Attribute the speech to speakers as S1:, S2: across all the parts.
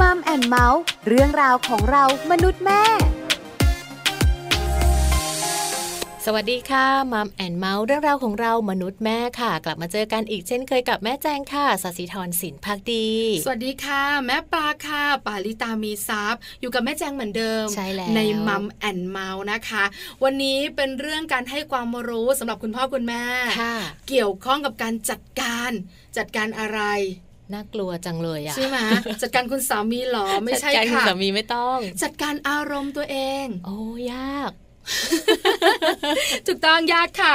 S1: มัมแอนเมาส์เรื่องราวของเรามนุษย์แม่
S2: สวัสดีค่ะมัมแอนเมาส์เรื่องราวของเรามนุษย์แม่ค่ะ กลับมาเจอกันอีกเช่นเคยกับแม่แจงค่ะสศิธรสินพักดี
S3: สวัสดีค่ะ แม่ปลาค่ะ ปาลิตามีซัพย์อยู่กับแม่แจงเหมือนเดิม
S2: ใช่แล้ว
S3: มัมแอนเมาส์นะคะ วันนี้เป็นเรื่องการให้ความรู้สำหรับคุณพ่อคุณแม่
S2: ค่ะ
S3: เกี่ยวข้องกับการจัดการจัดการอะไร
S2: น่ากลัวจังเลยอ่ะ
S3: ใช่ไหม จัดการคุณสามีเห รอไม่ใช่
S2: จัดการณ
S3: ค่ะ
S2: สามีไม่ต้อง
S3: จัดการอารมณ์ตัวเอง
S2: โอ้ยาก
S3: ถูกต้องยากค่ะ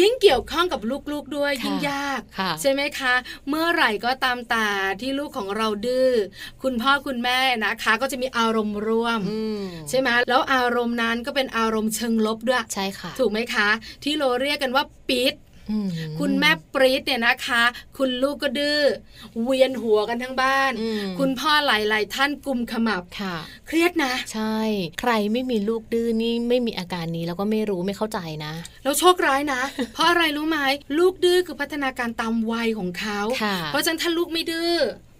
S3: ยิ่งเกี่ยวข้องกับลูกๆด้วย
S2: ค่ะ
S3: ยิ่งยาก
S2: ค่ะ
S3: ใช่ไหมคะ เมื่อไหร่ก็ตามตาที่ลูกของเราดื้อคุณพ่อคุณแม่นะคะ ก็จะมีอารมณ์ร่วม
S2: อืม
S3: ใช่ไหมแล้วอารมณ์นั้นก็เป็นอารมณ์เชิงลบด้วย
S2: ใช่ค่ะ
S3: ถูกไหมคะ ที่เราเรียกกันว่าปี๊ด
S2: อื
S3: คุณแม่ปรี๊ดเนี่ยนะคะ คุณลูกก็ดื้อเวียนหัวกันทั้งบ้าน
S2: อืม
S3: คุณพ่อหลาย ๆ ท่านกุมขมับ
S2: ค่ะ
S3: เครียดนะ
S2: ใช่ ใครไม่มีลูกดื้อนี่ไม่มีอาการนี้แล้วก็ไม่รู้ไม่เข้าใจนะ
S3: แล้วโชคร้ายนะ เพราะอะไรรู้ไหมลูกดื้อคือพัฒนาการตามวัยของเขา
S2: ค่ะ
S3: เพราะฉะนั้นถ้าลูกไม่ดื้อ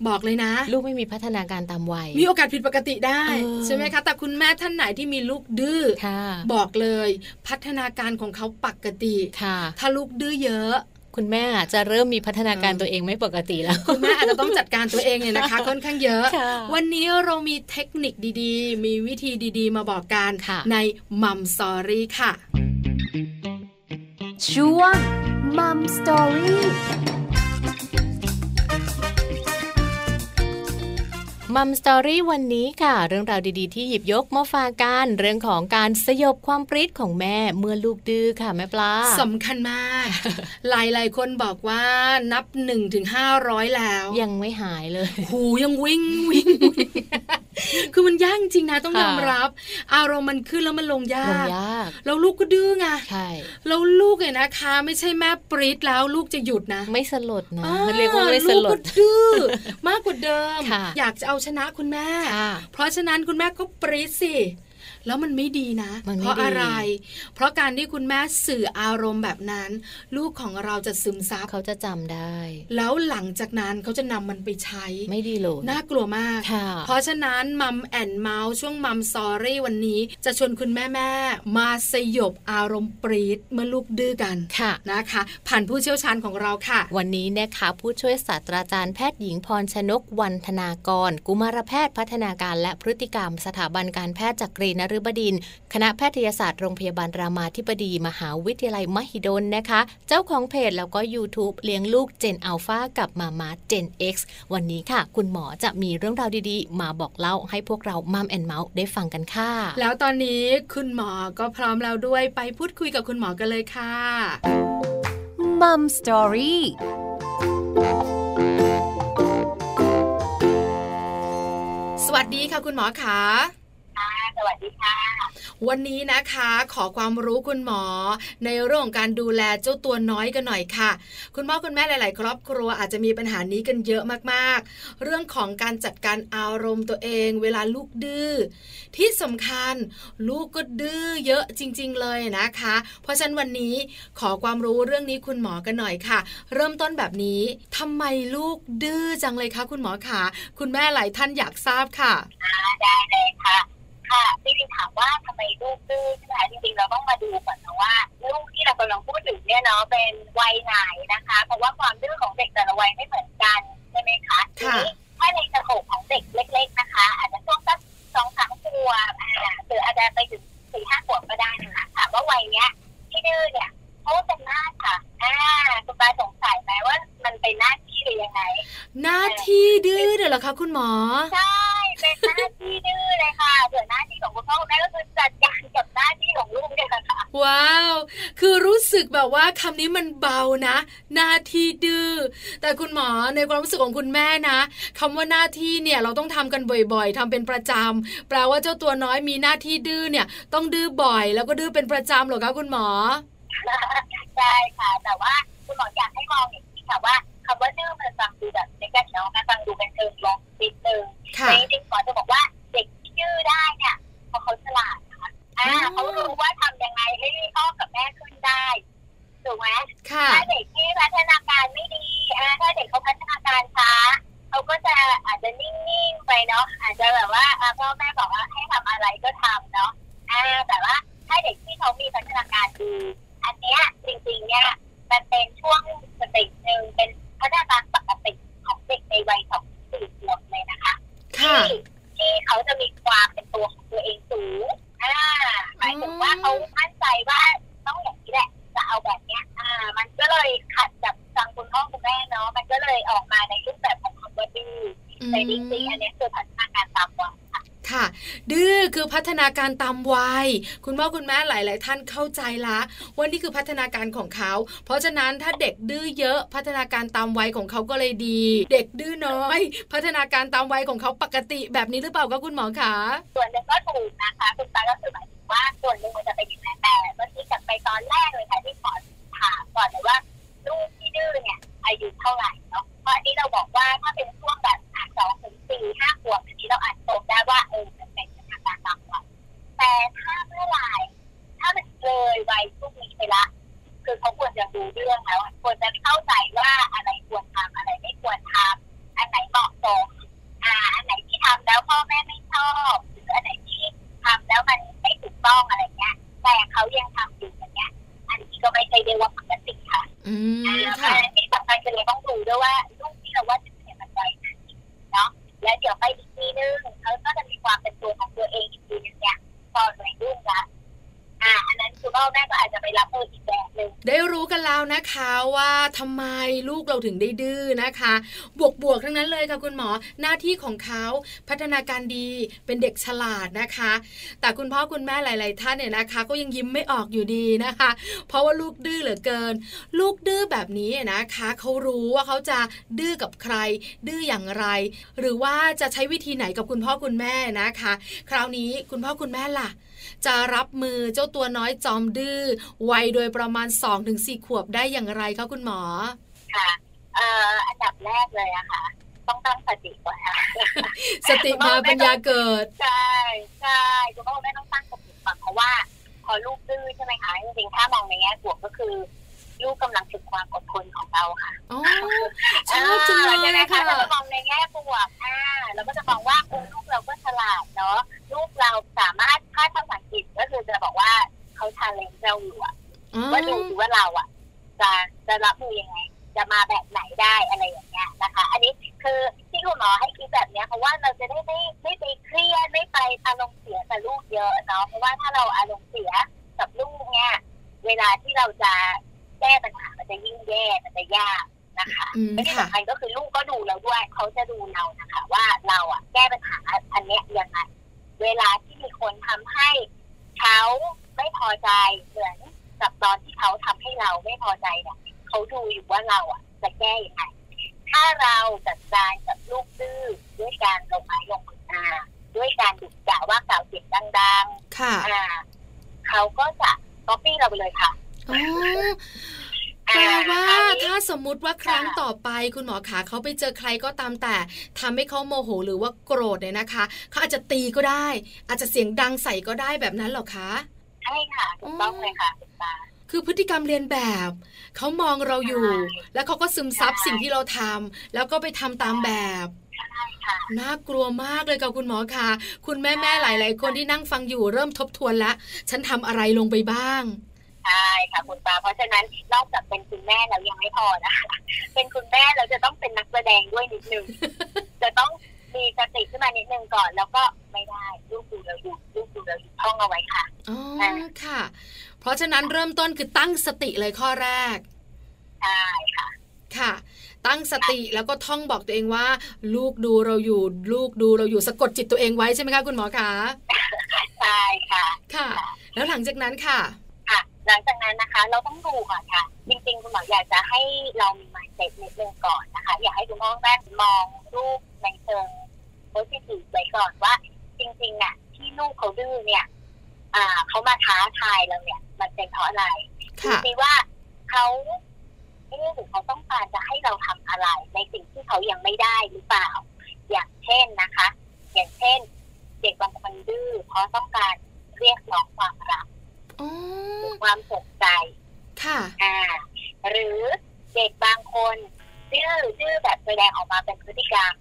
S3: บอกเลยนะ
S2: ลูกไม่มีพัฒนาการตามวัย
S3: มีโอกาสผิดปกติได้
S2: เออ
S3: ใช่ไหมคะ แต่คุณแม่ท่านไหนที่มีลูกดื้อ
S2: ค่ะ
S3: บอกเลย พัฒนาการของเขาปกติ
S2: ค่ะ
S3: ถ้าลูกดื้อเยอะ
S2: คุณแม่จะเริ่มมีพัฒนาการ
S3: เออ
S2: ตัวเองไม่ปกติแล้ว
S3: คุณแม่อาจจะต้องจัดการตัวเองเนี่ยนะคะ ค่อนข้างเยอะ
S2: ค่ะ
S3: วันนี้เรามีเทคนิคดีๆ มีวิธีดีๆ มาบอกกัน
S2: ค่ะ
S3: ในมัมสอรี่ค่ะ
S1: ช่วงมัมสตอรี่
S2: มัมสตอรี่วันนี้ค่ะ เรื่องราวดีๆที่หยิบยกมาฝากกันเรื่องของการสยบความปรี๊ดของแม่เมื่อลูกดื้อค่ะแม่ปลา
S3: สำคัญ มาก หลายๆ คนบอกว่านับ1นถึงห้าร้อยแล้ว
S2: ยังไม่หายเลย
S3: หูยังวิ่งวิ่ง วิ่งคือมันยากจริงนะต้อง
S2: ค่ะ
S3: ยอมรับ อารมณ์มันขึ้นแล้วมันลงยา
S2: ลง
S3: ก
S2: ยาก
S3: แล้วลูกก็ดื้อไง
S2: ใช่
S3: แล้วลูกเนี่ยนะคะ ไม่ใช่แม่ปรีดแล้วลูกจะหยุดนะ
S2: ไม่สลดนะ
S3: อ่
S2: เรียกว่าไม่สลด
S3: ลูกก็ดื้อ มากกว่าเดิม
S2: ค่ะ
S3: อยากจะเอาชนะคุณแม่
S2: ค่ะ
S3: เพราะฉะนั้นคุณแม่ก็ปรีดสิ แล้วมันไม่ดีนะ
S2: มันไม่
S3: เพ
S2: ดี
S3: ราะอะไร เพราะการที่คุณแม่สื่ออารมณ์แบบนั้น ลูกของเราจะซึมซับ
S2: เขาจะจำได้
S3: แล้วหลังจากนั้นเขาจะนำมันไปใช้
S2: ไม่ดีเลย
S3: น่ากลัวมาก
S2: ค่ะ
S3: เพราะฉะนั้นมัมแอนเมาส์ช่วงมัมซอรี่วันนี้ จะชวนคุณแม่แม่ๆมาสยบอารมณ์ปรีดเมื่อลูกดื้อกัน
S2: ค่ะ
S3: นะคะ ผ่านผู้เชี่ยวชาญของเราค่ะ
S2: วันนี้นะคะผู้ช่วยศาสตราจารย์แพทย์หญิงพรชนกวันธนากร กุมารแพทย์พัฒนาการและพฤติกรรม สถาบันการแพทย์จักรีนฤบดินทร์คณะแพทยศาสตร์โรงพยาบาลรามาธิบดี มหาวิทยาลัยมหิดลนะคะ เจ้าของเพจแล้วก็ YouTube เลี้ยงลูกเจนอัลฟากับมามาเจน X วันนี้ค่ะ คุณหมอจะมีเรื่องราวดีๆ มาบอกเล่าให้พวกเรามัมแอนเมาส์ได้ฟังกันค่ะ
S3: แล้วตอนนี้คุณหมอก็พร้อมแล้วด้วยไปพูดคุยกับคุณหมอกันเลยค่ะ
S1: มัมสตอรี่
S3: สวัสดีค่ะคุณหมอค่ะ
S4: สวัสดีค่ะ
S3: วันนี้นะคะ ขอความรู้คุณหมอ ในเรื่องของการดูแลเจ้าตัวน้อยกันหน่อยค่ะ คุณพ่อคุณแม่หลาย ๆ ครอบครัวอาจจะมีปัญหานี้กันเยอะมาก ๆ เรื่องของการจัดการอารมณ์ตัวเอง เวลาลูกดื้อที่สำคัญ ลูกก็ดื้อเยอะจริง ๆ เลยนะคะ เพราะฉะนั้นวันนี้ขอความรู้เรื่องนี้คุณหมอกันหน่อยค่ะ เริ่มต้นแบบนี้ทำไมลูกดื้อจังเลยคะคุณหมอค่ะ คุณแม่หลายท่านอยากทราบค่ะ
S4: ได้เลยค่ะ ค่ะจริงๆถามว่าทำไมลูกดื้อใช่ไหมคะจริงๆเราต้องมาดูก่อนนะว่าลูกที่เรากำลังพูดถึงเนี่ยเนาะเป็นวัยไหนนะคะ เพราะว่าความดื้อของเด็กแต่ละวัยไม่เหมือนกันใช่ไหมคะที
S3: ค่ะ
S4: นี้ถ้าในกระโหลกของเด็กเล็ก ๆนะคะ อาจจะช่วงสักสองสามขวบอ่าหรืออาจจะไปถึงสี่ห้าขวบก็ได้นะคะถามว่าวัยเนี้ยที่ดื้อเนี่ยเขาเป็นหน้าค่ะอ่าคุณปาสงสัยไหมว่ามันเป็นหน้าที่หรือยังไง
S3: หน้าที่ดื้อเดี๋ยวเหรอคะคุณหมอ
S4: ใช่ เป็นหน้าที่ดื้อเลยค่ะส่วนหน้าที่ของคุณพ่อคุณแม่ก็คือจัดการกับหน้าที่ของลูกเนี่ยแหละ ค่ะ
S3: ว้าว คือรู้สึกแบบว่าคำนี้มันเบานะ หน้าที่ดื้อ แต่คุณหมอในความรู้สึกของคุณแม่นะคำว่าหน้าที่เนี่ยเราต้องทำกันบ่อยๆทำเป็นประจำแปลว่าเจ้าตัวน้อยมีหน้าที่ดื้อเนี่ย ต้องดื้อบ่อย แล้วก็ดื้อเป็นประจำเหรอคะคุณหมอ
S4: ใช่ค่ะ แต่ว่าคุณหมออยากให้มองอย่างนี้ค่ะว่าคำว่าดื้อมันฟังดูแบบเด็กกันเนาะมันฟังดูเป็นเชิงลบนิดนึง
S3: ค่ะ
S4: แต่จริงๆหมอจะบอกว่าเด็กที่ดื้อได้เนี่ยเพราะเขาฉลาดนะคะอ่า
S3: อ๋อ
S4: เขารู้ว่าทำยังไงให้พ่อกับแม่ขึ้นได้ถูกไหม
S3: ค่ะ
S4: ถ้าเด็กที่พัฒนาการไม่ดีอ่าถ้าเด็กเขาพัฒนาการช้า เขาก็จะอาจจะนิ่งๆ ไปเนาะอาจจะแบบว่าอ่าพ่อแม่บอกว่าให้ทำอะไรก็ทำเนาะอ่าแต่ว่าถ้าเด็กที่เขามีพัฒนาการดีอันเนี้ยจริงๆเนี่ยมันเป็นช่วงสเติหนึ่งเป็นพัฒนาการปกติของเด็กในวัยสองถึงสี่ขวบเลยนะคะ
S3: ค่ะ
S4: ที่ที่เขาจะมีความเป็นตัวของตัวเองสูงอ่าหมายถึงว่าเขามั่นใจว่าต้องอย่างนี้แหละ จะเอาแบบเนี้ย อ่า มันก็เลยขัดกับทางคุณพ่อคุณแม่เนาะ มันก็เลยออกมาในรูปแบบของคำว่าดื้อ
S3: อื
S4: แต่จริงๆอันเนี้ยคือพัฒนาการตามวัยค่ะ
S3: ค่ะ ดื้อคือพัฒนาการตามวัย คุณพ่อคุณแม่หลาย ๆ ท่านเข้าใจละว่านี่คือพัฒนาการของเขา เพราะฉะนั้นถ้าเด็กดื้อเยอะ พัฒนาการตามวัยของเขาก็เลยดี เด็กดื้อน้อย พัฒนาการตามวัยของเขาปกติแบบนี้หรือเปล่าคะคุณหมอคะ
S4: ส่วนหนึ่งก็ถูกนะคะ คุณตาก็คือหมายถึงว่าส่วนหนึ่งมันจะเป็นอย่างนั้นแต่เมื่อกี้กลับไปตอนแรกเลยค่ะที่ขอถามก่อนเลยว่าลูกที่ดื้อเนี่ยอายุเท่าไหร่เนาะเพราะอันนี้เราบอกว่าถ้าเป็นช่วงแบบอ่ะสองถึงสี่ห้าขวบอันนี้เราอาจตกได้ว่าเออมันเป็นสถานการณ์บางวันแต่ถ้าเมื่อไหร่ถ้ามันเลยวัยพวกนี้ไปละ คือเขาควรจะรู้เรื่องแล้วอะควรจะเข้าใจว่าอะไรควรทำอะไรไม่ควรทำอันไหนเหมาะสม อ่าอันไหนที่ทำแล้วพ่อแม่ไม่ชอบหรืออันไหนที่ทำแล้วมันไม่ถูกต้องอะไรเงี้ย แต่เขายังทำอยู่อย่างเงี้ย อันนี้ก็ไม่ใช่เรียกว่าปกติค่ะ
S3: อื
S4: อ่าม เพ
S3: ค่ะ
S4: ราะฉะนั้นที่สำคัญคือเราต้องดูด้วยว่าลูกที่เราว่าจะเปลี่ยนมันไปไหนเนาะแล้วเดี๋ยวไปอีกทีนึงเขาก็จะมีความเป็นตัวของตัวเองอีกทีนึงเนี่ยตอนวัยรุ่นละอ่า อันนั้นคือพ่อแม่ก็อาจจะไปรับมืออีกแบบหนึ่ง
S3: ได้รู้กันแล้วนะคะว่าทำไมลูกเราถึงได้ดื้อนะคะ บวกบวกๆทั้งนั้นเลยค่ะคุณหมอหน้าที่ของเขาพัฒนาการดีเป็นเด็กฉลาดนะคะ แต่คุณพ่อคุณแม่หลาย ๆ ท่านเนี่ยนะคะ ก็ยังยิ้มไม่ออกอยู่ดีนะคะ เพราะว่าลูกดื้อเหลือเกิน ลูกดื้อแบบนี้นะคะเขารู้ว่าเขาจะดื้อกับใคร ดื้ออย่างไร หรือว่าจะใช้วิธีไหนกับคุณพ่อคุณแม่นะคะ คราวนี้คุณพ่อคุณแม่ล่ะ จะรับมือเจ้าตัวน้อยจอมดื้อวัยโดยประมาณ 2-4 ขวบได้อย่างไรคะคุณหมอ
S4: ค่ะ เอ่อ อันดับแรกเลยอะค่ะ ต้องตั้งสติก่อนค่ะ
S3: สติมาปัญญาเกิด
S4: ใช่ใช่คุณพ่อคุณแม่ต้องตั้งสติก่อนเพราะว่าพอลูกดื้อใช่ไหมคะจริงๆถ้ามองในแง่บวกก็คือ ลูกกำลังฝึกความอดทนของเราค่ะ
S3: อ๋อชอบจังเล
S4: ออยใช่ไหม
S3: ค่ะ
S4: เราก็มองในแง่บวกอ่าเราก็จะมองว่าเออลูกเราก็ฉลาดเนาะลูกเราสามารถถ้าภาษาอังกฤษก็คือจะบอกว่าเขาชาเลนจ์เราอยู่อะ
S3: อ๋อ
S4: ว่าดูสิว่าเราอะจะจะรับมือยังไง จะมาแบบไหนได้อะไรอย่างเงี้ยนะคะ อันนี้คือที่คุณหมอให้คิดแบบเนี้ยเพราะว่าเราจะได้ไม่ไม่ไปเครียดไม่ไปอารมณ์เสียกับลูกเยอะเนาะเพราะว่าถ้าเราอารมณ์เสียกับลูกเนี่ยเวลาที่เราจะแก้ปัญหามันจะยิ่งแย่มันจะยากนะคะ
S3: อืม
S4: และที่
S3: ค่ะ
S4: สำคัญก็คือลูกก็ดูเราด้วยเขาจะดูเรานะคะ ว่าเราอะแก้ปัญหาอันเนี้ยยังไงเวลาที่มีคนทำให้เขาไม่พอใจเหมือนกับตอนที่เขาทำให้เราไม่พอใจเนี่ย เขาดูอยู่ว่าเราอ่ะ จะแก้ยังไง ถ้าเราจัดการกับลูกดื้อด้วยการลงไม้ลงมืออาด้วยการดุด่าว่ากล่าวเสียงดัง
S3: ค่ะ
S4: ๆ อ่า เขาก็จะก๊อปปี้เราไปเลยค่ะ
S3: อ๋อ แปล
S4: อ่
S3: ว่า
S4: ครวนี้
S3: ถ้าสมมุติว่าครั้ง
S4: ค่ะ
S3: ต่อไปคุณหมอขาเขาไปเจอใครก็ตามแต่ทำให้เขาโมโหหรือว่าโกรธเนี่ยนะคะ เขาอาจจะตีก็ได้ อาจจะเสียงดังใส่ก็ได้แบบนั้นเหรอคะ
S4: ใช่ค่ะถูกต้องเลยค่ะคุณตา
S3: คือพฤติกรรมเรียนแบบ เขามองเราอยู่
S4: ใช่
S3: แล้วเขาก็ซึมซับ
S4: ใช่
S3: สิ่งที่เราทำแล้วก็ไปทำตามแบบ
S4: ใช่ค่ะ
S3: น่ากลัวมากเลยค่ะคุณหมอค่ะ คุณแม่แม่หลาย ๆ คนที่นั่งฟังอยู่เริ่มทบทวนละฉันทำอะไรลงไปบ้าง
S4: ใช่ค่ะคุณตา เพราะฉะนั้นนอกจากเป็นคุณแม่แล้วยังไม่พอนะคะ เป็นคุณแม่เราจะต้องเป็นนักแสดงด้วยนิดนึง จะต้องมีสติขึ้นมานิดนึงก่อน แล้วก็ไม่ได้ลูกดูเราอยู่ลูกดูเราอยู่ท่องเอาไว้ค่ะ
S3: อ๋อ
S4: ใช่
S3: ค่ะ เพราะฉะนั้นเริ่มต้นคือตั้งสติเลยข้อแรก
S4: ใช่ค่ะ
S3: ค่ะ ตั้งสติแล้วก็ท่องบอกตัวเองว่า ลูกดูเราอยู่ ลูกดูเราอยู่สะกดจิตตัวเองไว้ใช่ไหมคะคุณหมอคะ
S4: ใช่ค่ะ
S3: ค่ะ แล้วหลังจากนั้นค่ะ
S4: ค่ะ หลังจากนั้นนะคะ เราต้องดูก่อนค่ะ จริงๆ คุณหมออยากจะให้เรามี mindset นิดนึงก่อนนะคะ อยากให้คุณพ่อคุณแม่มองลูกในเชิง positive ไว้ก่อนว่า จริงๆอ่ะที่ลูกเขาดื้อเนี่ย อ่าเขามาท้าทายเราเนี่ย มันเป็นเพราะอะไร ดู
S3: ค่ะ
S4: สิว่าเขาเอ๊ะหรือเขาต้องการจะให้เราทำอะไร ในสิ่งที่เขายังไม่ได้หรือเปล่า อย่างเช่นนะคะ อย่างเช่น เด็กบางคนดื้อเพราะต้องการเรียกร้องความรัก
S3: อ๋อ
S4: หรือความสนใจ
S3: ค่ะ
S4: อ่าหรือเด็กบางคนดื้อดื้อแบบแสดงออกมาเป็นพฤติกรรม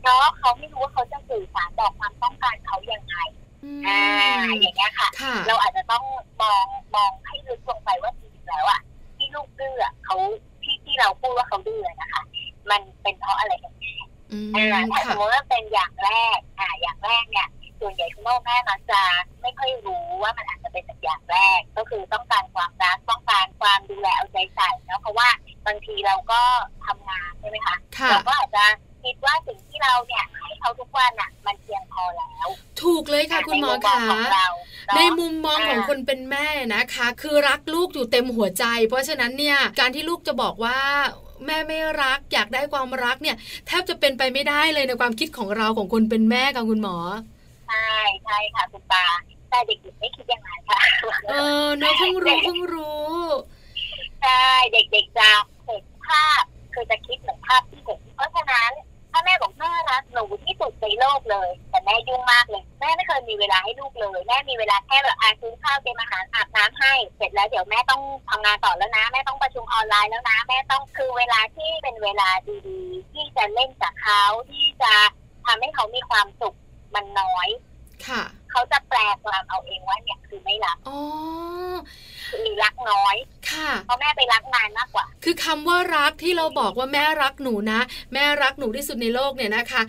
S4: เพราะเขาไม่รู้ว่าเขาจะสื่อสารบอกความต้องการเขายังไง
S3: อื
S4: อ่าม อย่างเงี้ยค่ะ
S3: ค่ะ
S4: เราอาจจะต้องมองมองให้ลึกลงไปว่าจริงๆแล้วอ่ะที่ลูกดื้ออะเขาที่ที่เราพูดว่าเขาดื้อนะคะ มันเป็นเพราะอะไรกันแน่
S3: อืม
S4: อ่าถ้าส
S3: ค่ะ
S4: มมติว่าเป็นอย่างแรกอ่าอย่างแรกเนี่ยส่วนใหญ่คุณพ่อแม่มักจะไม่ค่อยรู้ว่ามันอาจจะเป็นจากอย่างแรก ก็คือต้องการความรักต้องการความดูแลเอาใจใส่เนาะเพราะว่าบางทีเราก็ทำงานใช่ไหมคะ
S3: ค่ะ
S4: เราก็อาจจะคิดว่าสิ่งที่เราเนี่ยให้เขาทุกวันอ่ะ มันเพียงพอแล้ว
S3: ถูกเลยค่ะ คุณหมอ
S4: ใน
S3: ค่ะ
S4: มุมมองของเราเนาะ
S3: ในมุมมอง
S4: อ่า
S3: ของคนเป็นแม่นะคะ คือรักลูกอยู่เต็มหัวใจ เพราะฉะนั้นเนี่ยการที่ลูกจะบอกว่าแม่ไม่รัก อยากได้ความรักเนี่ย แทบจะเป็นไปไม่ได้เลยในความคิดของเราของคนเป็นแม่ค่ะคุณหมอ
S4: ใช่ใช่ค่ะคุณปาแต่เด็กๆไม่คิดอย่างนั้นค่ะ
S3: เออเนอะเพิ่งรู้เพิ่งรู้
S4: ใช่เด็กๆจะเห็นภาพคือจะคิดเหมือนภาพที่เด็กเพราะฉะนั้นถ้าแม่บอกแม่รักหนูที่สุดในโลกเลย แต่แม่ยุ่งมากเลยแม่ไม่เคยมีเวลาให้ลูกเลย แม่มีเวลาแค่แบบอาซื้อข้าวเตรียมอาหารอาบน้ำให้ เสร็จแล้วเดี๋ยวแม่ต้องทำงานต่อแล้วนะแม่ต้องประชุมออนไลน์แล้วนะแม่ต้องคือเวลาที่เป็นเวลาดีๆ ที่จะเล่นกับเขาที่จะทำให้เขามีความสุขมันน้อย
S3: ค่ะ
S4: เขาจะแปลความเอาเองว่าเนี่ยคือไม่รัก
S3: อ๋อ
S4: หรือรักน้อย
S3: ค่ะ
S4: เพราะแม่ไปรักงานมากกว่า
S3: คือคำว่ารักที่เราบอกว่าแม่รักหนูนะ แม่รักหนูที่สุดในโลกเนี่ยนะคะ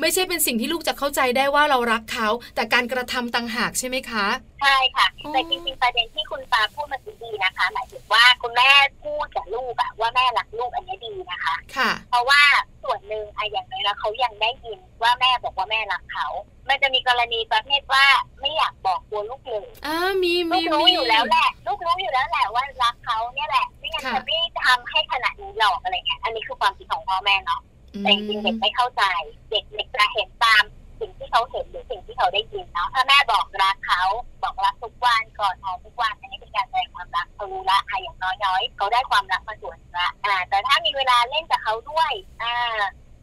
S3: ไม่ใช่เป็นสิ่งที่ลูกจะเข้าใจได้ว่าเรารักเขา แต่การกระทำต่างหากใช่ไหมคะ
S4: ใช่ค่ะ
S3: อ๋อ
S4: แต่จริงๆประเด็นที่คุณปาพูดมันดีนะคะ หมายถึงว่าคุณแม่พูดกับลูกอะว่าแม่รักลูกอันนี้ดีนะคะ
S3: ค่ะ
S4: เพราะว่าส่วนหนึ่งอะอย่างน้อยแล้วเขายังได้ยินว่าแม่บอกว่าแม่รักเขา มันจะมีกรณีประเภทว่าไม่อยากบอกกลัวลูกเลย
S3: อ่ามี
S4: ลู
S3: มี
S4: กรู้
S3: มี
S4: อยู่แล้วแหละลูกรู้อยู่แล้วแหละว่ารักเขาเนี่ยแหละไม่งั้น
S3: ค่ะ
S4: จะไม่ทำให้ขนาดนี้หรอกอะไรเงี้ยอันนี้คือความคิดของพ่อแม่เนาะ แต่จริงๆเด็กไม่เข้าใจ เด็กเด็กจะเห็นตามสิ่งที่เขาเห็นหรือสิ่งที่เขาได้ยินเนาะถ้าแม่บอกรักเขาบอกรักทุกวันก่อนนอนทุกวันอันนี้เป็นการแสดงความรักเขารู้ละอ่ะอย่างน้อยๆเขาได้ความรักมาส่วนหนึ่งละอ่า แต่ถ้ามีเวลาเล่นกับเขาด้วยอ่า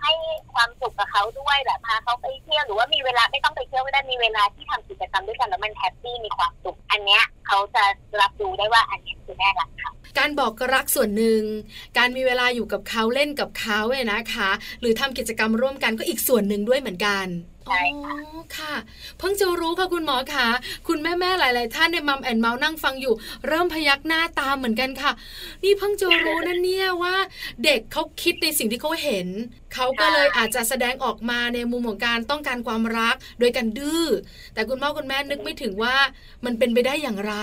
S4: ให้ความสุขกับเขาด้วยแบบพาเขาไปเที่ยวหรือว่ามีเวลาไม่ต้องไปเที่ยวก็ได้มีเวลาที่ทำกิจกรรมด้วยกันแล้วมันแฮปปี้มีความสุขอันเนี้ยเขาจะรับรู้ได้ว่าอันเนี้ยคือแม่รักเขา
S3: การบอกรักส่วนหนึ่ง การมีเวลาอยู่กับเขาเล่นกับเขาเนี่ยนะคะ หรือทำกิจกรรมร่วมกันก็อีกส่วนหนึ่งด้วยเหมือนกัน
S4: ใช่ค่ะ
S3: อ๋อค่ะ เพิ่งจะรู้ค่ะคุณหมอค่ะ คุณแม่ๆหลาย ๆ ท่านในมัมแอนเมาส์นั่งฟังอยู่ เริ่มพยักหน้าตามเหมือนกันค่ะ นี่เพิ่งจะรู้นะเนี่ยว่า เด็กเขาคิดในสิ่งที่เขาเห็น เขาก็เลยอาจจะแสดงออกมาในมุมของการต้องการความรักโดยการดื้อ แต่คุณพ่อคุณแม่นึกไม่ถึงว่ามันเป็นไปได้อย่างไร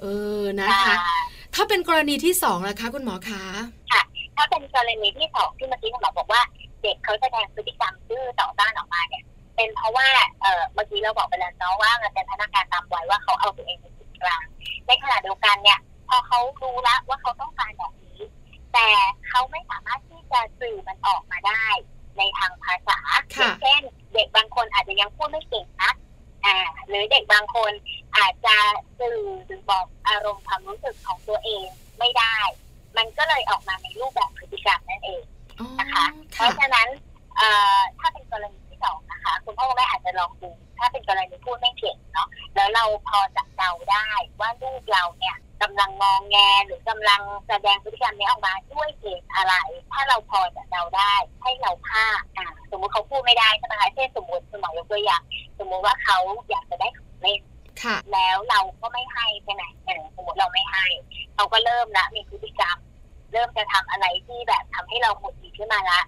S3: เออนะคะ ถ้าเป็นกรณีที่สองล่ะคะคุณหมอคะ
S4: ถ้าเป็นกรณีที่สองที่เมื่อกี้คุณหมอบอกว่าเด็กเขาแสดงพฤติกรรมดื้อต่อต้านออกมาเนี่ยเป็นเพราะว่าเออเมื่อกี้เราบอกไปแล้วเนาะว่ามันเป็นพนักงานตามวัยว่าเขาเอาตัวเองเป็นศูนย์กลางในขณะเดียวกันเนี่ย พอเขารู้ละว่าเขาต้องการแบบนี้ แต่เขาไม่สามารถที่จะสื่อมันออกมาได้ในทางภาษา
S3: ค่ะ
S4: อย่างเช่น เด็กบางคนอาจจะยังพูดไม่เก่งนะอ่าหรือเด็กบางคนอาจจะสื่อหรือบอกอารมณ์ความรู้สึกของตัวเองไม่ได้ มันก็เลยออกมาในรูปแบบพฤติกรรมนั่นเอง
S3: อ๋อ
S4: นะคะ เพ
S3: ค่ะ
S4: ราะฉะนั้นเอ่อถ้าเป็นกรณีที่สองนะคะ คุณพ่อคุณแม่อาจจะลองดู ถ้าเป็นกรณีพูดไม่เก่งเนาะแล้วเราพอจะเดาได้ว่าลูกเราเนี่ยกำลังงองแงหรือกำลังแสดงพฤติกรรมนี้ออกมาด้วยเหตุอะไร ถ้าเราพอจะเดาได้ให้เราพาคอ่าสมมุติเขาพูดไม่ได้ใช่ไหมคะเช่นสมมติคุณหมอยกตัวอย่างสมมุติว่าเขาอยากจะได้ของเล่น
S3: ค่ะ
S4: แล้วเราก็ไม่ให้ใช่ไหมเออสมมติเราไม่ให้เขาก็เริ่มละมีพฤติกรรม เริ่มจะทำอะไรที่แบบทำให้เราหงุดหงิดขึ้นมาละ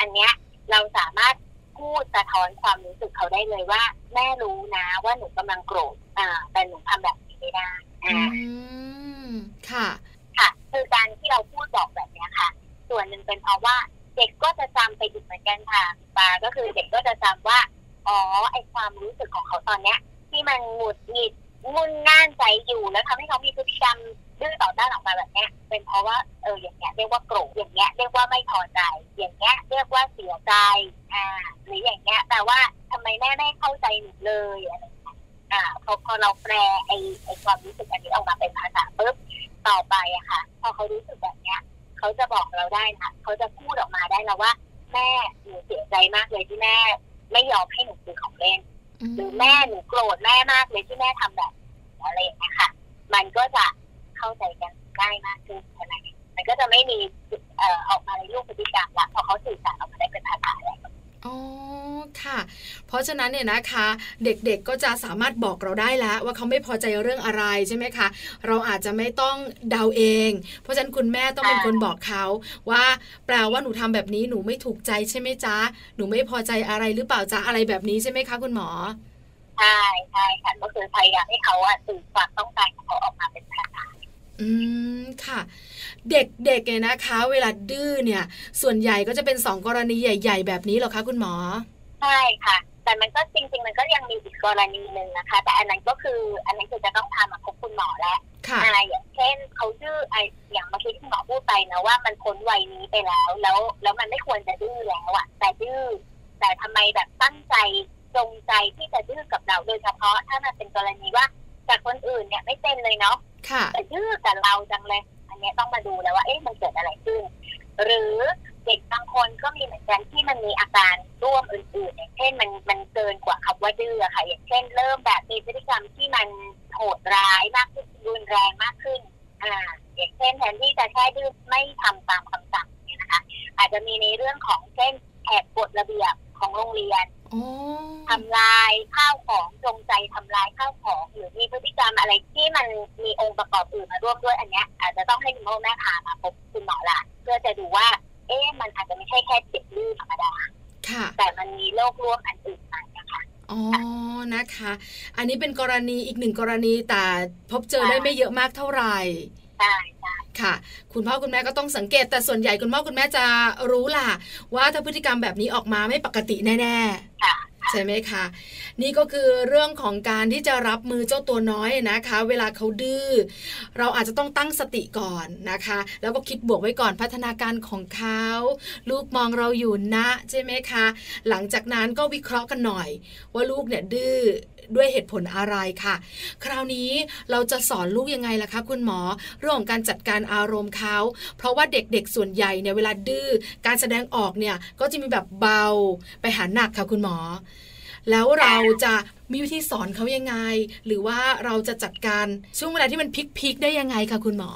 S4: อันเนี้ยเราสามารถพูดสะท้อนความรู้สึกเขาได้เลยว่า แม่รู้นะว่าหนูกำลังโกรธอ่าแต่หนูทำแบบนี้ไม่ได้
S3: อื
S4: อ่า
S3: ม ค่ะ
S4: ค่ะคือการที่เราพูดบอกแบบเนี้ยค่ะ ส่วนหนึ่งเป็นเพราะว่าเด็กก็จะจำไปอีกเหมือนกันค่ะปาก็คือเด็กก็จะจำว่าอ๋อไอความรู้สึกของเขาตอนเนี้ย ที่มันหงุดหงิดงุนง่านใจอยู่แล้วทำให้เขามีพฤติกรรมดื้อต่อต้านออกมาแบบเนี้ย เป็นเพราะว่าเอออย่างเงี้ยเรียกว่าโกรธอย่างเงี้ยเรียกว่าไม่พอใจอย่างเงี้ยเรียกว่าเสียใจอ่าหรืออย่างเงี้ยแปลว่าทำไมแม่ไม่เข้าใจหนูเลยอะไรอย่างเงี้ยอ่าพอพอเราแปลไอไอความรู้สึกอันนี้ออกมาเป็นภาษาปุ๊บ ต่อไปอะค่ะ พอเขารู้สึกแบบเนี้ย เขาจะบอกเราได้นะเขาจะพูดออกมาได้แล้วว่า แม่หนูเสียใจมากเลยที่แม่ ไม่ยอมให้หนูซื้อของเล่น หรือแม่หนูโกรธแม่มากเลยที่แม่ทำแบบนี้อะไรอย่างเงี้ยค่ะ มันก็จะเข้าใจกันง่ายมากขึ้นใช่ไหมมันก็จะไม่มีเอ่อออกมาในรูปพฤติกรรมละพอเขาสื่อสารออกมาได้เป็นภาษาแล้ว
S3: อ๋อ อ๋อค่ะ เพราะฉะนั้นเนี่ยนะคะ เด็กๆก็จะสามารถบอกเราได้แล้ว ว่าเขาไม่พอใจเรื่องอะไรใช่ไหมคะเราอาจจะไม่ต้องเดาเอง เพราะฉะนั้นคุณแม่ต้องเป็นคนบอกเขา ว่าแปลว่าหนูทำแบบนี้หนูไม่ถูกใจใช่ไหมจ๊ะหนูไม่พอใจอะไรหรือเปล่าจ๊ะอะไรแบบนี้ใช่ไหมคะคุณหมอ
S4: ใช่ใช่ค่ะก็คือพยายามให้เขาอะสื่อความต้องการของเขาออกมาเป็นภาษา
S3: อืมค่ะ เด็กๆเนี่ยนะคะ เวลาดื้อเนี่ย ส่วนใหญ่ก็จะเป็นสองกรณีใหญ่ ๆ แบบนี้เหรอคะคุณหมอ
S4: ใช่ค่ะ แต่มันก็จริง ๆ มันก็ยังมีอีกกรณีหนึ่งนะคะ แต่อันนั้นก็คืออันนั้นคือจะต้องพามาพบคุณหมอแล้ว
S3: ค่ะ
S4: อะไรอย่างเช่นเขาดื้อไออย่างเมื่อกี้ที่หมอพูดไปนะว่ามันพ้นวัยนี้ไปแล้ว แล้วแล้วมันไม่ควรจะดื้อแล้วอะแต่ดื้อแต่ทำไมแบบตั้งใจจงใจที่จะดื้อกับเราโดยเฉพาะถ้ามันเป็นกรณีว่าจากคนอื่นเนี่ยไม่เป็นเลยเนาะ
S3: ค่ะ
S4: แต่ดื้อกับเราจังเลยอันเนี้ยต้องมาดูแล้วว่าเอ๊ะมันเกิดอะไรขึ้น หรือเด็กบางคนก็มีเหมือนกันที่มันมีอาการร่วมอื่นๆอย่างเช่นมันมันเกินกว่าคำว่าดื้ออะค่ะ อย่างเช่น เริ่มแบบมีพฤติกรรมที่มันโหดร้ายมากขึ้นรุนแรงมากขึ้น อ่า อย่างเช่นแทนที่จะแค่ดื้อไม่ทำตามคำสั่งเนี่ยนะคะ อาจจะมีในเรื่องของเช่นแอบกฎระเบียบของโรงเรียน
S3: อ๋อ
S4: ทำลายข้าวของจงใจทำลายข้าวของ หรือมีพฤติกรรมอะไรที่มันมีองค์ประกอบอื่นมาร่วมด้วยอันเนี้ยอาจจะต้องให้คุณพ่อแม่พามาพบคุณหมอละเพื่อจะดูว่า เอ๊ะมันอาจจะไม่ใช่แค่เจ็บดื้อธรรมดา
S3: ค่ะ
S4: แต่มันมีโรคร่วมอันอื่นมานะคะ
S3: อ๋อ นะคะ อันนี้เป็นกรณีอีกหนึ่งกรณีแต่พบเจอได้ไม่เยอะมากเท่าไหร่
S4: ใช่
S3: ค่ะ คุณพ่อคุณแม่ก็ต้องสังเกต แต่ส่วนใหญ่คุณพ่อคุณแม่จะรู้ล่ะ ว่าถ้าพฤติกรรมแบบนี้ออกมาไม่ปกติแน่
S4: ค่ะ
S3: ๆ ใช่ไหมคะ นี่ก็คือเรื่องของการที่จะรับมือเจ้าตัวน้อยนะคะ เวลาเขาดื้อ เราอาจจะต้องตั้งสติก่อนนะคะ แล้วก็คิดบวกไว้ก่อนพัฒนาการของเขา ลูกมองเราอยู่นะใช่ไหมคะ หลังจากนั้นก็วิเคราะห์กันหน่อย ว่าลูกเนี่ยดื้อด้วยเหตุผลอะไรค่ะ คราวนี้เราจะสอนลูกยังไงล่ะคะคุณหมอ เรื่องของการจัดการอารมณ์เขาเพราะว่าเด็กๆส่วนใหญ่เนี่ยเวลาดื้อการแสดงออกเนี่ยก็จะมีแบบเบาไปหาหนักค่ะคุณหมอ แล้วเราจะมีวิธีสอนเขายังไง หรือว่าเราจะจัดการช่วงเวลาที่มันพลิกๆได้ยังไงคะคุณหมอ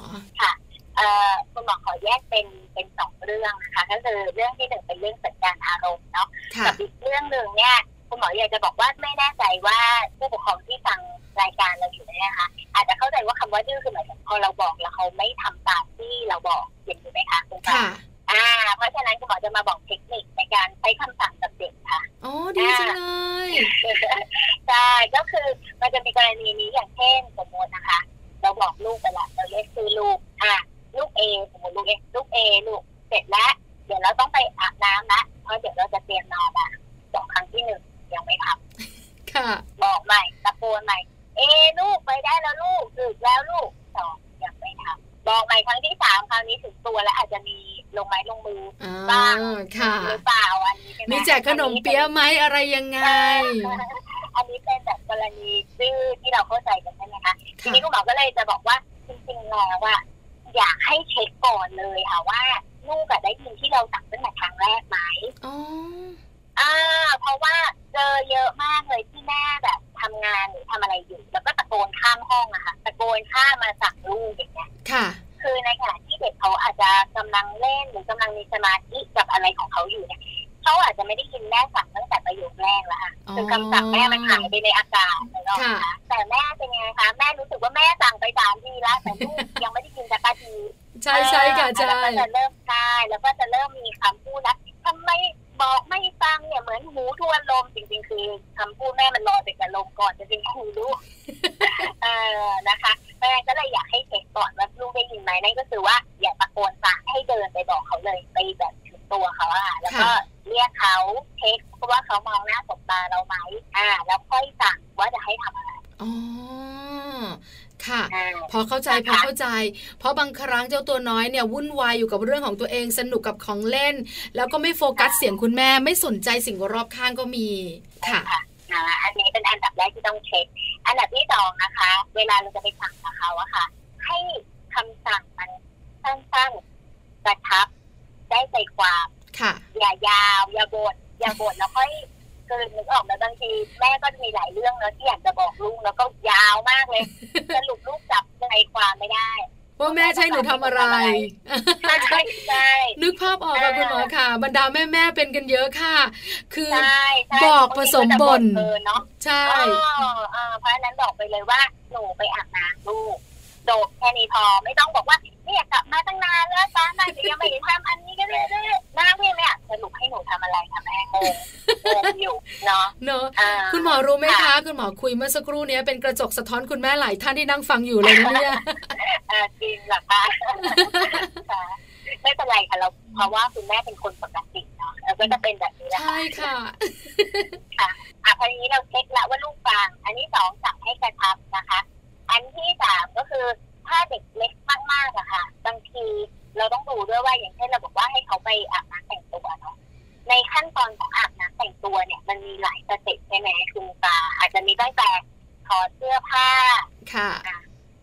S4: เอ่อคุณหมอขอแยกเป็นเป็นสองเรื่องนะคะ ก็คือเรื่องที่หนึ่งเป็นเรื่องจัดการอารมณ์เนาะ
S3: ค่ะ
S4: กับอีกเรื่องหนึ่งเนี่ยคุณหมออยากจะบอกว่าไม่แน่ใจว่าผู้ปกครองที่ฟังรายการเราอยู่เนี่ยนะคะอาจจะเข้าใจว่าคำว่าดื้อคือหมายถึงพอเราบอกแล้วเขาไม่ทำตามที่เราบอกเห็นไหมคะคุณตา
S3: ค่ะ
S4: อ่า เพราะฉะนั้นคุณหมอจะมาบอกเทคนิคในการใช้คำสั่งกับเด็กค่ะ
S3: อ๋อ ดีจังเลย
S4: ใช่ก็คือมันจะมีกรณีนี้อย่างเช่นสมมตินะคะ เราบอกลูกไปละเราเรียกชื่อลูกอ่ะลูกเอสมมติลูกเอลูกเอลูกเสร็จแล้ว เดี๋ยวเราต้องไปอาบน้ำละเพราะเดี๋ยวเราจะเตรียมนอนละสองครั้งที่หนึ่งยังไม่ทำ
S3: ค่ะ
S4: บอกใหม่ตะโกนใหม่เอลูกไปได้แล้วลูกดึกแล้วลูกสองยังไม่ทำบอกใหม่ครั้งที่สามคราวนี้ถึงตัวแล้วอาจจะมีลงไม้ลงมือ
S3: อ่า
S4: บ้าง
S3: ค่ะ
S4: หรือเปล่าอันนี้ใช่ไหม
S3: มีแจกขนมเปี๊ยะไหมอะไรยังไง
S4: อันนี้เป็นแบบกรณีซื่อที่เราเข้าใจกันใช่ไหมคะ ที
S3: ค่ะ
S4: นี้คุณหมอก็เลยจะบอกว่าจริงๆแล้วว่า อยากให้เช็คก่อนเลยค่ะว่าลูกอะได้ยินที่เราสั่งตั้งแต่ครั้งแรกไหม
S3: อ๋อ
S4: อ่า เพราะว่าเจอเยอะมากเลยที่แม่แบบทำงานหรือทำอะไรอยู่ แล้วก็ตะโกนข้ามห้องอะค่ะตะโกนข้ามมาสั่งลูกอย่างเงี้ย
S3: ค่ะ
S4: คือในขณะที่เด็กเขาอาจจะกำลังเล่นหรือกำลังมีสมาธิกับอะไรของเขาอยู่เนี่ยเขาอาจจะไม่ได้ยินแม่สั่งตั้งแต่ประโยคแรกแล้วค่ะ
S3: อ๋อ
S4: คือคำสั่งแม่มันหายไปในอากาศเลยเนาะ
S3: ค่ะ
S4: แต่แม่เป็นไงคะแม่รู้สึกว่าแม่สั่งไปสามทีแล้วแต่ลูก ยังไม่ได้ยินสักที
S3: ใช่ใช่ค่ะใช่
S4: แล้วก็จะเริ่มใช่แล้วก็จะเริ่มมีคำพูดนะทำไมบอกไม่ฟังเนี่ยเหมือนหูทวนลมจริงๆคือคำพูดแม่มันลอยไปกับลมก่อนจะเป็นครูลูก เออนะคะแม่ก็เลยอยากให้เช็คก่อนว่าลูกได้ยินไหมนั่นก็คือว่าอย่าตะโกนสั่งให้เดินไปบอกเขาเลยไปแบบถึงตัวเขาอะค่ะแล้วก็เรียกเขาเช็คว่าเขามองหน้าสบตาเราไหมอ่า แล้วค่อยสั่งว่าจะให้ทำอะไร
S3: อ๋อ ค่ะ
S4: อ่า
S3: พอเข้าใจพอเข้าใจ เพราะบางครั้งเจ้าตัวน้อยเนี่ยวุ่นวายอยู่กับเรื่องของตัวเองสนุกกับของเล่น แล้วก็ไม่โฟกัสเสียงคุณแม่ไม่สนใจสิ่งรอบข้างก็มี ค่ะ
S4: อ่าอันนี้เป็นอันดับแรกที่ต้องเช็ค อันดับที่สองนะคะ เวลาเราจะไปสั่งกับเขาอะค่ะ ให้คำสั่งมันสั้นๆกระชับ ได้ใจความ
S3: ค่ะ
S4: อย่ายาว อย่าบน่นอย่าบ่นแล้วค่อยกลืนนึกออกแล้วบางที แม่ก็มีหลายเรื่องเนอะที่อยากจะบอกลูกแล้วก็ยาวมากเลย สรุปลูกจับใจความไม่ได้
S3: ว่าแม่ใช่หนูทำอะไร
S4: ใช่ใช่ใช่
S3: นึกภาพออกค่ะคุณหมอค่ะ บรรดาแม่ๆเป็นกันเยอะค่ะ คือ
S4: ใช่
S3: บอกผสมบ่น
S4: เออเนาะ
S3: ใช่
S4: อ๋อเออเพราะฉะนั้นบอกไปเลยว่าหนูไปอาบน้ำลูกจบแค่นี้พอไม่ต้องบอกว่าเนี่ยกลับมาตั้งนานแล้วตานไหนถึงยังไม่ได้ทำอันนี้ก็เรื่อยๆหน้าพี่ไม่อยากสรุปให้หนูทำอะไรทำแม่งงงงอยู่เนาะ
S3: เนอะ
S4: อ่า
S3: คุณหมอรู้ไหมคะ คุณหมอคุยเมื่อสักครู่เนี้ยเป็นกระจกสะท้อนคุณแม่หลายท่านที่นั่งฟังอยู่เลยนะเนี่ย
S4: เอ่อจริงเหรอคะค่ะไม่เป็นไรค่ะเราเพราะว่าคุณแม่เป็นคนปกติเนาะแล้วก็จะเป็นแบบนี้แหละ
S3: ใช่ค่ะ
S4: อ่ะคราวนี้เราเช็คละว่าลูกฟัง อันที่สองสั่งให้กระชับนะคะ อันที่สามก็คือ ถ้าเด็กเล็กมากๆอะค่ะ บางทีเราต้องดูด้วยว่าอย่างเช่นเราบอกว่าให้เขาไปอาบน้ำแต่งตัวเนาะในขั้นตอนของอาบน้ำแต่งตัวเนี่ย มันมีหลายสเต็ปใช่ไหมคุณตาอาจจะมีตั้งแต่ถอดเสื้อผ้า
S3: ค่ะ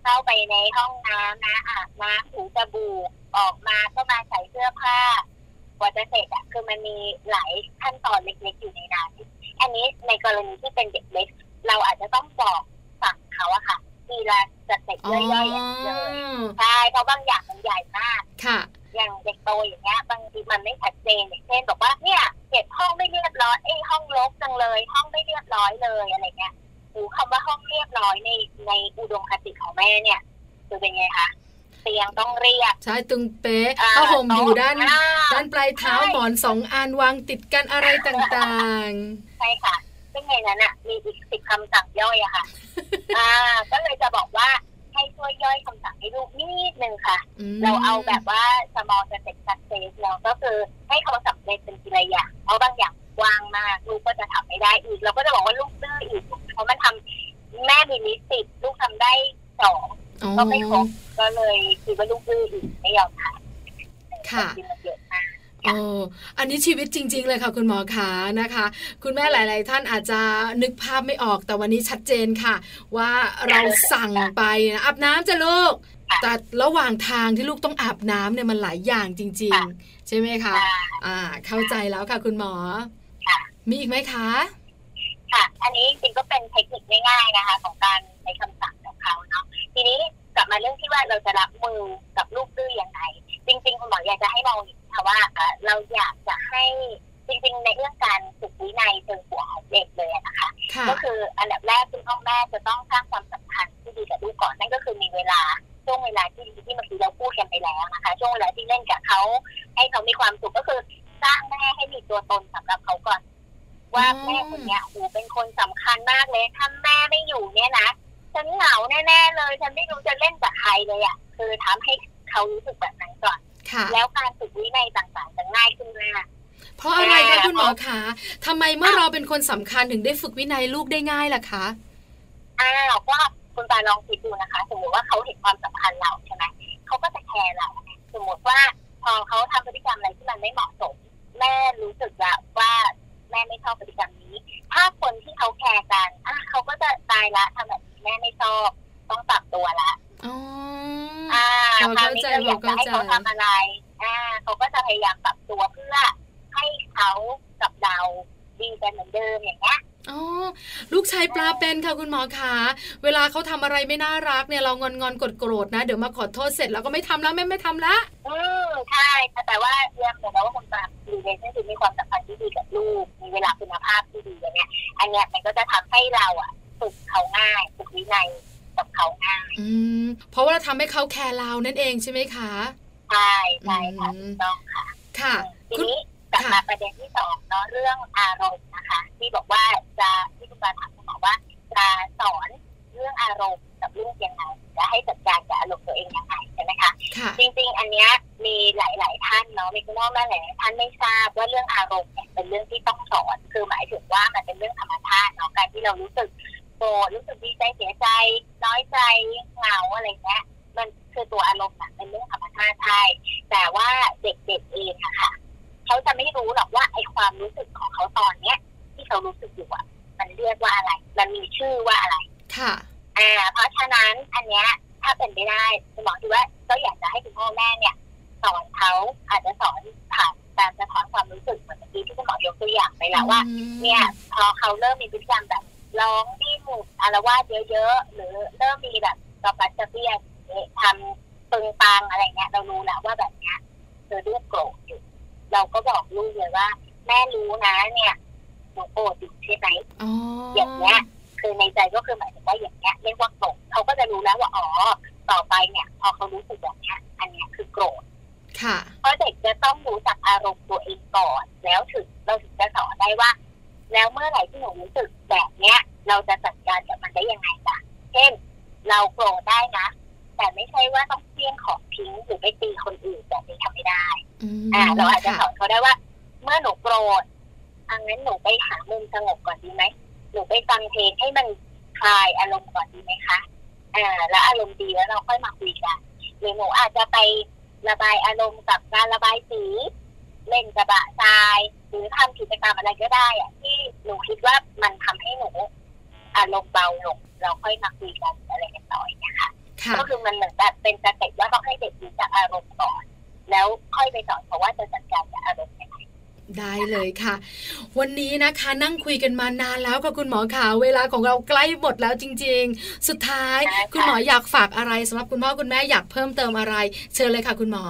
S4: เข้าไปในห้องน้ำนะอาบน้ำถูสบู่ออกมาก็มาใส่เสื้อผ้ากว่าจะเสร็จอะคือมันมีหลายขั้นตอนเล็กๆอยู่ในนั้นอันนี้ในกรณีที่เป็นเด็กเล็ก เราอาจจะต้องบอกสั่งเขาอะค่ะทีละสเต็ป
S3: อ๋
S4: ย่อยๆอะเลย
S3: อ
S4: ใช่เพราะบางอย่างมันใหญ่มาก
S3: ค่ะ
S4: อย่างเด็กโตอย่างเงี้ยบางทีมันไม่ชัดเจนอย่างเช่นบอกว่าเนี่ยเก็บห้องไม่เรียบร้อยเอ้ยห้องรกจังเลย ห้องไม่เรียบร้อยเลยอะไรเงี้ยหรือคำว่าห้องเรียบร้อยในในอุดมคติของแม่เนี่ยคือเป็นไงคะเตียงต้องเรียบ
S3: ใช่ตึงเป๊ะ
S4: อ่
S3: ผ้าห่มอยู่ด้าน
S4: โต๊ะอ่า
S3: ด้านปลายเท้า
S4: ใช่
S3: หมอนสองอันวางติดกันอะไรต่าง
S4: ใช่ค่ะ ซึ่งในนั้นอ่ะมีอีกสิบคำสั่งย่อยอะ ค่ะ อ่า ก็เลยจะบอกว่าให้ช่วยย่อยคำสั่งให้ลูกนิดนึงค่ะ
S3: ๆอืม
S4: เราเอาแบบว่า small step success เนาะก็คือให้เขาสำเร็จเป็นทีละอย่างเพราะบางอย่างวางมากลูกก็จะทำไม่ได้อีก เราก็จะบอกว่าลูกดื้ออีก เพราะมันทำแม่มีลิสติดลูกทำได้สอง
S3: อ๋อ
S4: ก็ไม่ครบก็เลยคิดว่าลูกดื้ออีกไม่ยอมทำ
S3: ค่ะ
S4: จริงๆมันเยอะมาก
S3: โอ้อันนี้ชีวิตจริง ๆ เลยค่ะ คุณหมอขานะคะ คุณแม่หลาย ๆ ท่านอาจจะนึกภาพไม่ออกแต่วันนี้ชัดเจนค่ะ ว่าเราสั่งไปนะอาบน้ำจะลูก แต่ระหว่างทางที่ลูกต้องอาบน้ำเนี่ยมันหลายอย่างจริง ๆ ใช่ไหมคะ
S4: อ่า
S3: อ่า เข้าใจแล้วค่ะ คุณหมอ
S4: ค่ะ
S3: มีอีกไหมคะ
S4: ค่ะ อันนี้จริงๆก็เป็นเทคนิคง่ายๆนะคะ ของการใช้คำสั่งของเขาเนาะ ทีนี้กลับมาเรื่องที่ว่าเราจะรับมือกับลูกดื้อยังไง จริงๆคุณหมออยากจะให้มองอย่างนี้ค่ะว่าเอ่อเราอยากจะให้จริงๆ ในเรื่องการฝึกวินัยเชิงหัวของเด็กเลยอะนะคะ
S3: ค่ะ
S4: ก็คืออันดับแรกคุณพ่อแม่จะต้องสร้างความสัมพันธ์ที่ดีกับลูกก่อนนั่นก็คือมีเวลาช่วงเวลาที่ดีที่เมื่อกี้เราพูดกันไปแล้วนะคะ ช่วงเวลาที่เล่นกับเขาให้เขามีความสุขก็คือสร้างแม่ให้มีตัวตนสำหรับเขาก่อน ว่า
S3: อืม
S4: แม่คนเนี้ยโอ้โหเป็นคนสำคัญมากเลยถ้าแม่ไม่อยู่เนี่ยนะฉันเหงาแน่ๆเลยฉันไม่รู้จะเล่นกับใครเลยอ่ะคือทำให้เขารู้สึกแบบนั้นก่อน
S3: ค่ะ
S4: แล้วการฝึกวินัยต่างๆจะง่ายขึ้นมาก
S3: เพราะอะไรคะ
S4: อ่า
S3: คุณหมอคะทำไมเมื่อเราเป็นคนสำคัญถึงได้ฝึกวินัยลูกได้ง่ายล่ะคะ
S4: อ้าวก็คุณตาลองคิดดูนะคะ สมมติว่าเขาเห็นความสำคัญเราใช่ไหมเขาก็จะแคร์เรา สมมติว่าพอเขาทำพฤติกรรมอะไรที่มันไม่เหมาะสม แม่รู้สึกแล้วว่าแม่ไม่ชอบพฤติกรรมนี้ ถ้าคนที่เขาแคร์กันอ่ะเขาก็จะตายละทำแบบนี้แม่ไม่ชอบต้องปรับตัวละ
S3: อ๋อ
S4: อ่า
S3: เรา
S4: ครา
S3: เข้าว
S4: นี้
S3: ใจ
S4: เราอยากจะให้
S3: เรา
S4: เขา
S3: เข้าใจ
S4: ทำอะไร อ่า เขาก็จะพยายามปรับตัวเพื่อให้เขากับเราดีกันเหมือนเดิมอย่างเงี้ย
S3: อ๋อ ลูกชายปลาเป็นค่ะคุณหมอคะเวลาเขาทำอะไรไม่น่ารักเนี่ยเรางอนงอนกดโกรธๆนะ เดี๋ยวมาขอโทษเสร็จแล้วก็ไม่ทำแล้วแม่ไม่ทำละ
S4: อืมใช่ค่ะแต่ว่าเรียนบอกแล้วว่าคนตามดีเลยก็คือมีความสัมพันธ์ที่ดีกับลูก มีเวลาคุณภาพที่ดีอย่างเนี้ย อันเนี้ยมันก็จะทำให้เราอ่ะฝึกเขาง่ายฝึกวินัยกับเขาง่าย
S3: อืม เพราะว่าเราทำให้เขาแคร์เรานั่นเองใช่ไหมคะ
S4: ใช่
S3: อ
S4: ใช่ค่ะ
S3: ืม
S4: ต้อง
S3: ค่ะ
S4: ที
S3: คุณ
S4: นี้กลับมาประเด็นที่สองเนาะเรื่องอารมณ์นะคะ ที่บอกว่าจะที่คุณตาถามคุณหมอว่าจะสอนเรื่องอารมณ์กับลูกยังไงจะให้จัดการกับอารมณ์ตัวเองยังไงใช่ไหมคะ
S3: ค่ะ
S4: จริงๆ อันเนี้ยมีหลาย ๆ ท่านเนาะมีคุณพ่อแม่หลายๆท่านไม่ทราบว่าเรื่องอารมณ์เนี่ยเป็นเรื่องที่ต้องสอน คือหมายถึงว่ามันเป็นเรื่องธรรมชาติเนาะการที่เรารู้สึกโกรธรู้สึกดีใจเสียใจ น้อยใจเหงาอะไรเงี้ยมันคือตัวอารมณ์น่ะเป็นเรื่องธรรมชาติใช่แต่ว่าเด็กๆเองอะค่ะเขาจะไม่รู้หรอกว่าไอความรู้สึกของเขาตอนเนี้ย ที่เขารู้สึกอยู่อะมันเรียกว่าอะไร มันมีชื่อว่าอะไร
S3: ค่ะ
S4: อ่าเพราะฉะนั้นอันเนี้ยถ้าเป็นไปได้คุณหมอคิดว่าก็อยากจะให้คุณพ่อแม่เนี่ย สอนเขาอาจจะสอนผ่านการสะท้อนความรู้สึกเหมือนเมื่อกี้ที่คุณหมอยกตัวอย่างไปแล้วว่า เนี่ย พอเขาเริ่มมีพฤติกรรมแบบร้องดิ้นอารวาสเยอะๆหรือเริ่มมีแบบกระปัดกระเปียนทำ ปึงปังอะไรเงี้ย เรารู้แล้วว่าแบบเนี้ยคือลูกโกรธอยู่ เราก็บอกลูกเลยว่า แม่รู้นะเนี่ยหนูโกรธอยู่ใช่ไหม
S3: อ๋ออ
S4: อย่างเงี้ย คือในใจก็คือหมายถึงว่าอย่างเงี้ยเรียกว่าโกรธเขาก็จะรู้แล้วว่าอ๋อต่อไปเนี่ย พอเขารู้สึกแบบเนี้ย อันเนี้ยคือโกรธ
S3: ค่ะ
S4: เพราะเด็กจะต้องรู้จักอารมณ์ตัวเองก่อน แล้วถึงเราถึงจะสอนได้ว่า แล้วเมื่อไหร่ที่หนูรู้สึกแบบเนี้ย เราจะจัดการกับมันได้ยังไงล่ะเช่น เราโกรธได้นะ แต่ไม่ใช่ว่าต้องเพี้ยงของทิ้งหรือไปตีคนอื่นแบบนี้ทำไม่ได้
S3: อืม
S4: อ่าเราอาจจะ
S3: ค่
S4: สอนเขาได้ว่า เมื่อหนูโกรธอังั้นหนูไปหามุมสงบก่อนดีไหมหนูไปฟังเพลงให้มันคลายอารมณ์ก่อนดีไหมคะอ่าแล้วอารมณ์ดีแล้วเราค่อยมาคุยกันหรือหนูอาจจะไประบายอารมณ์กับการระบายสี เล่นกระบะทราย หรือทำกิจกรรมอะไรก็ได้อะที่หนูคิดว่ามันทำให้หนูอารมณ์เบาลงเราค่อยมาคุยกันอะไรกันต่ออยางเงี้ยค่ะ
S3: ค่ะ
S4: ก็คือมันเหมือนแบบเป็นสเต็ปว่าต้องให้เด็กรู้จักอารมณ์ก่อน แล้วค่อยไปสอนเพราะว่าจะจัดการกับอารมณ์ยังไง
S3: ได้เลยค่ะ วันนี้นะคะนั่งคุยกันมานานแล้วค่ะคุณหมอขาเวลาของเราใกล้หมดแล้วจริง ๆ สุดท้ายคุณหมออยากฝากอะไรสำหรับคุณพ่อคุณแม่อยากเพิ่มเติมอะไร เชิญเลยค่ะคุณหมอ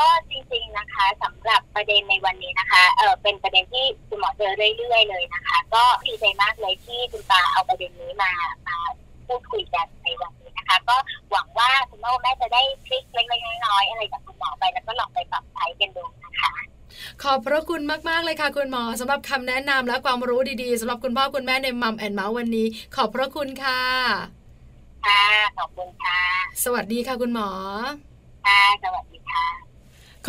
S4: ก็จริงๆนะคะสำหรับประเด็นในวันนี้นะคะเออเป็นประเด็นที่คุณหมอเจอเรื่อยๆเลยนะคะ ก็ดีใจมากเลยที่คุณตาเอาประเด็นนี้มามาพูดคุยกันในวันนี้นะคะ ก็หวังว่าคุณพ่อคุณแม่จะได้ทริคเล็กๆน้อยๆอะไรจากคุณหมอไปแล้วก็ลองไปปรับใช้กันดูนะคะ
S3: ขอบพระคุณมากๆเลยค่ะ คุณหมอสำหรับคำแนะนำและความรู้ดีๆสำหรับคุณพ่อคุณแม่ในมัมแอนเมาส์วันนี้ ขอบพระคุณค่ะ
S4: ค่ะขอบคุณค่ะ
S3: สวัสดีค่ะคุณหมอ
S4: ค่ะสวัสดีค่ะ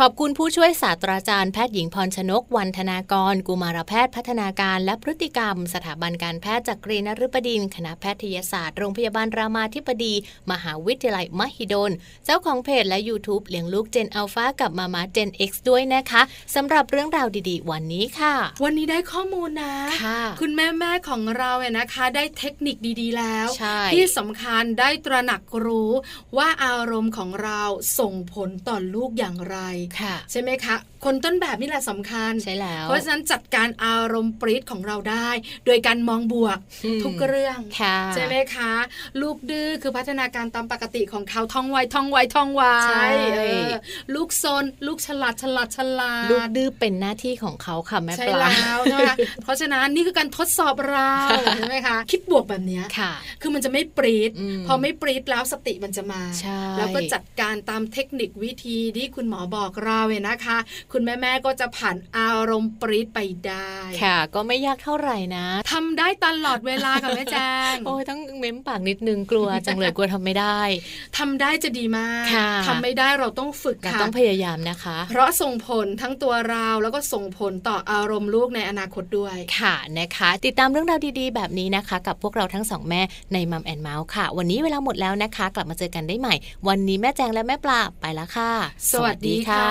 S2: ขอบคุณผู้ช่วยศาสตราจารย์แพทย์หญิงพรชนกวันธนากร กุมารแพทย์พัฒนาการและพฤติกรรม สถาบันการแพทย์จักรีนฤบดินทร์คณะแพทยศาสตร์โรงพยาบาลรามาธิบดี มหาวิทยาลัยมหิดล เจ้าของเพจและ YouTube เลี้ยงลูกเจนอัลฟากับมามาเจน X ด้วยนะคะสำหรับเรื่องราวดีๆ วันนี้ค่ะ
S3: วันนี้ได้ข้อมูลนะ
S2: ค่ะ
S3: คุณแม่แม่ๆของเราเนี่ยนะคะ ได้เทคนิคดีๆแล้ว
S2: ใช่
S3: ที่สำคัญได้ตระหนักรู้ว่าอารมณ์ของเราส่งผลต่อลูกอย่างไร
S2: ค่ะ
S3: ใช่ไหมคะ คนต้นแบบนี่แหละสำคัญ
S2: ใช่แล้ว
S3: เพราะฉะนั้นจัดการอารมณ์ปรีดของเราได้ โดยการมองบวกทุกเรื่อง
S2: ค่ะ
S3: ใช่ไหมคะ ลูกดื้อคือพัฒนาการตามปกติของเขาท่องไวท่องไวท่องไว
S2: ใช่
S3: เออลูกซนลูกฉลาดฉลาดฉลาด
S2: ลูกดื้อเป็นหน้าที่ของเขาค่ะแม่
S3: ใช่
S2: ปลา
S3: แล้วนะคะเพราะฉะนั้นนี่คือการทดสอบเราใช่ไหมคะ คิดบวกแบบเนี้ย
S2: ค่ะ
S3: คือมันจะไม่ปรีด
S2: ม
S3: พอไม่ปรีดแล้วสติมันจะมา
S2: ใช่
S3: แล้วก็จัดการตามเทคนิควิธีที่คุณหมอบอกเราเนี่ยนะคะ คุณแม่ๆก็จะผ่านอารมณ์ปรีดไปได้
S2: ค่ะ ก็ไม่ยากเท่าไหร่นะ
S3: ทำได้ตลอดเวลาค่ะแม่แจง
S2: โอ้ยต้องเม้มปากนิดนึงกลัวจังเลยกลัวทำไม่ได้
S3: ทำได้จะดีมาก
S2: ค่ะ
S3: ทำไม่ได้เราต้องฝึก
S2: แต่
S3: ค่ะ
S2: ต้องพยายามนะคะ
S3: เพราะส่งผลทั้งตัวเราแล้วก็ส่งผลต่ออารมณ์ลูกในอนาคตด้วย
S2: ค่ะนะคะ ติดตามเรื่องราวดีๆ แบบนี้นะคะ กับพวกเราทั้งสองแม่ในมัมแอนเมาส์ค่ะ วันนี้เวลาหมดแล้วนะคะ กลับมาเจอกันได้ใหม่ วันนี้แม่แจงและแม่ปลาไปแล้วค่ะ
S3: สวัสดีค่ะ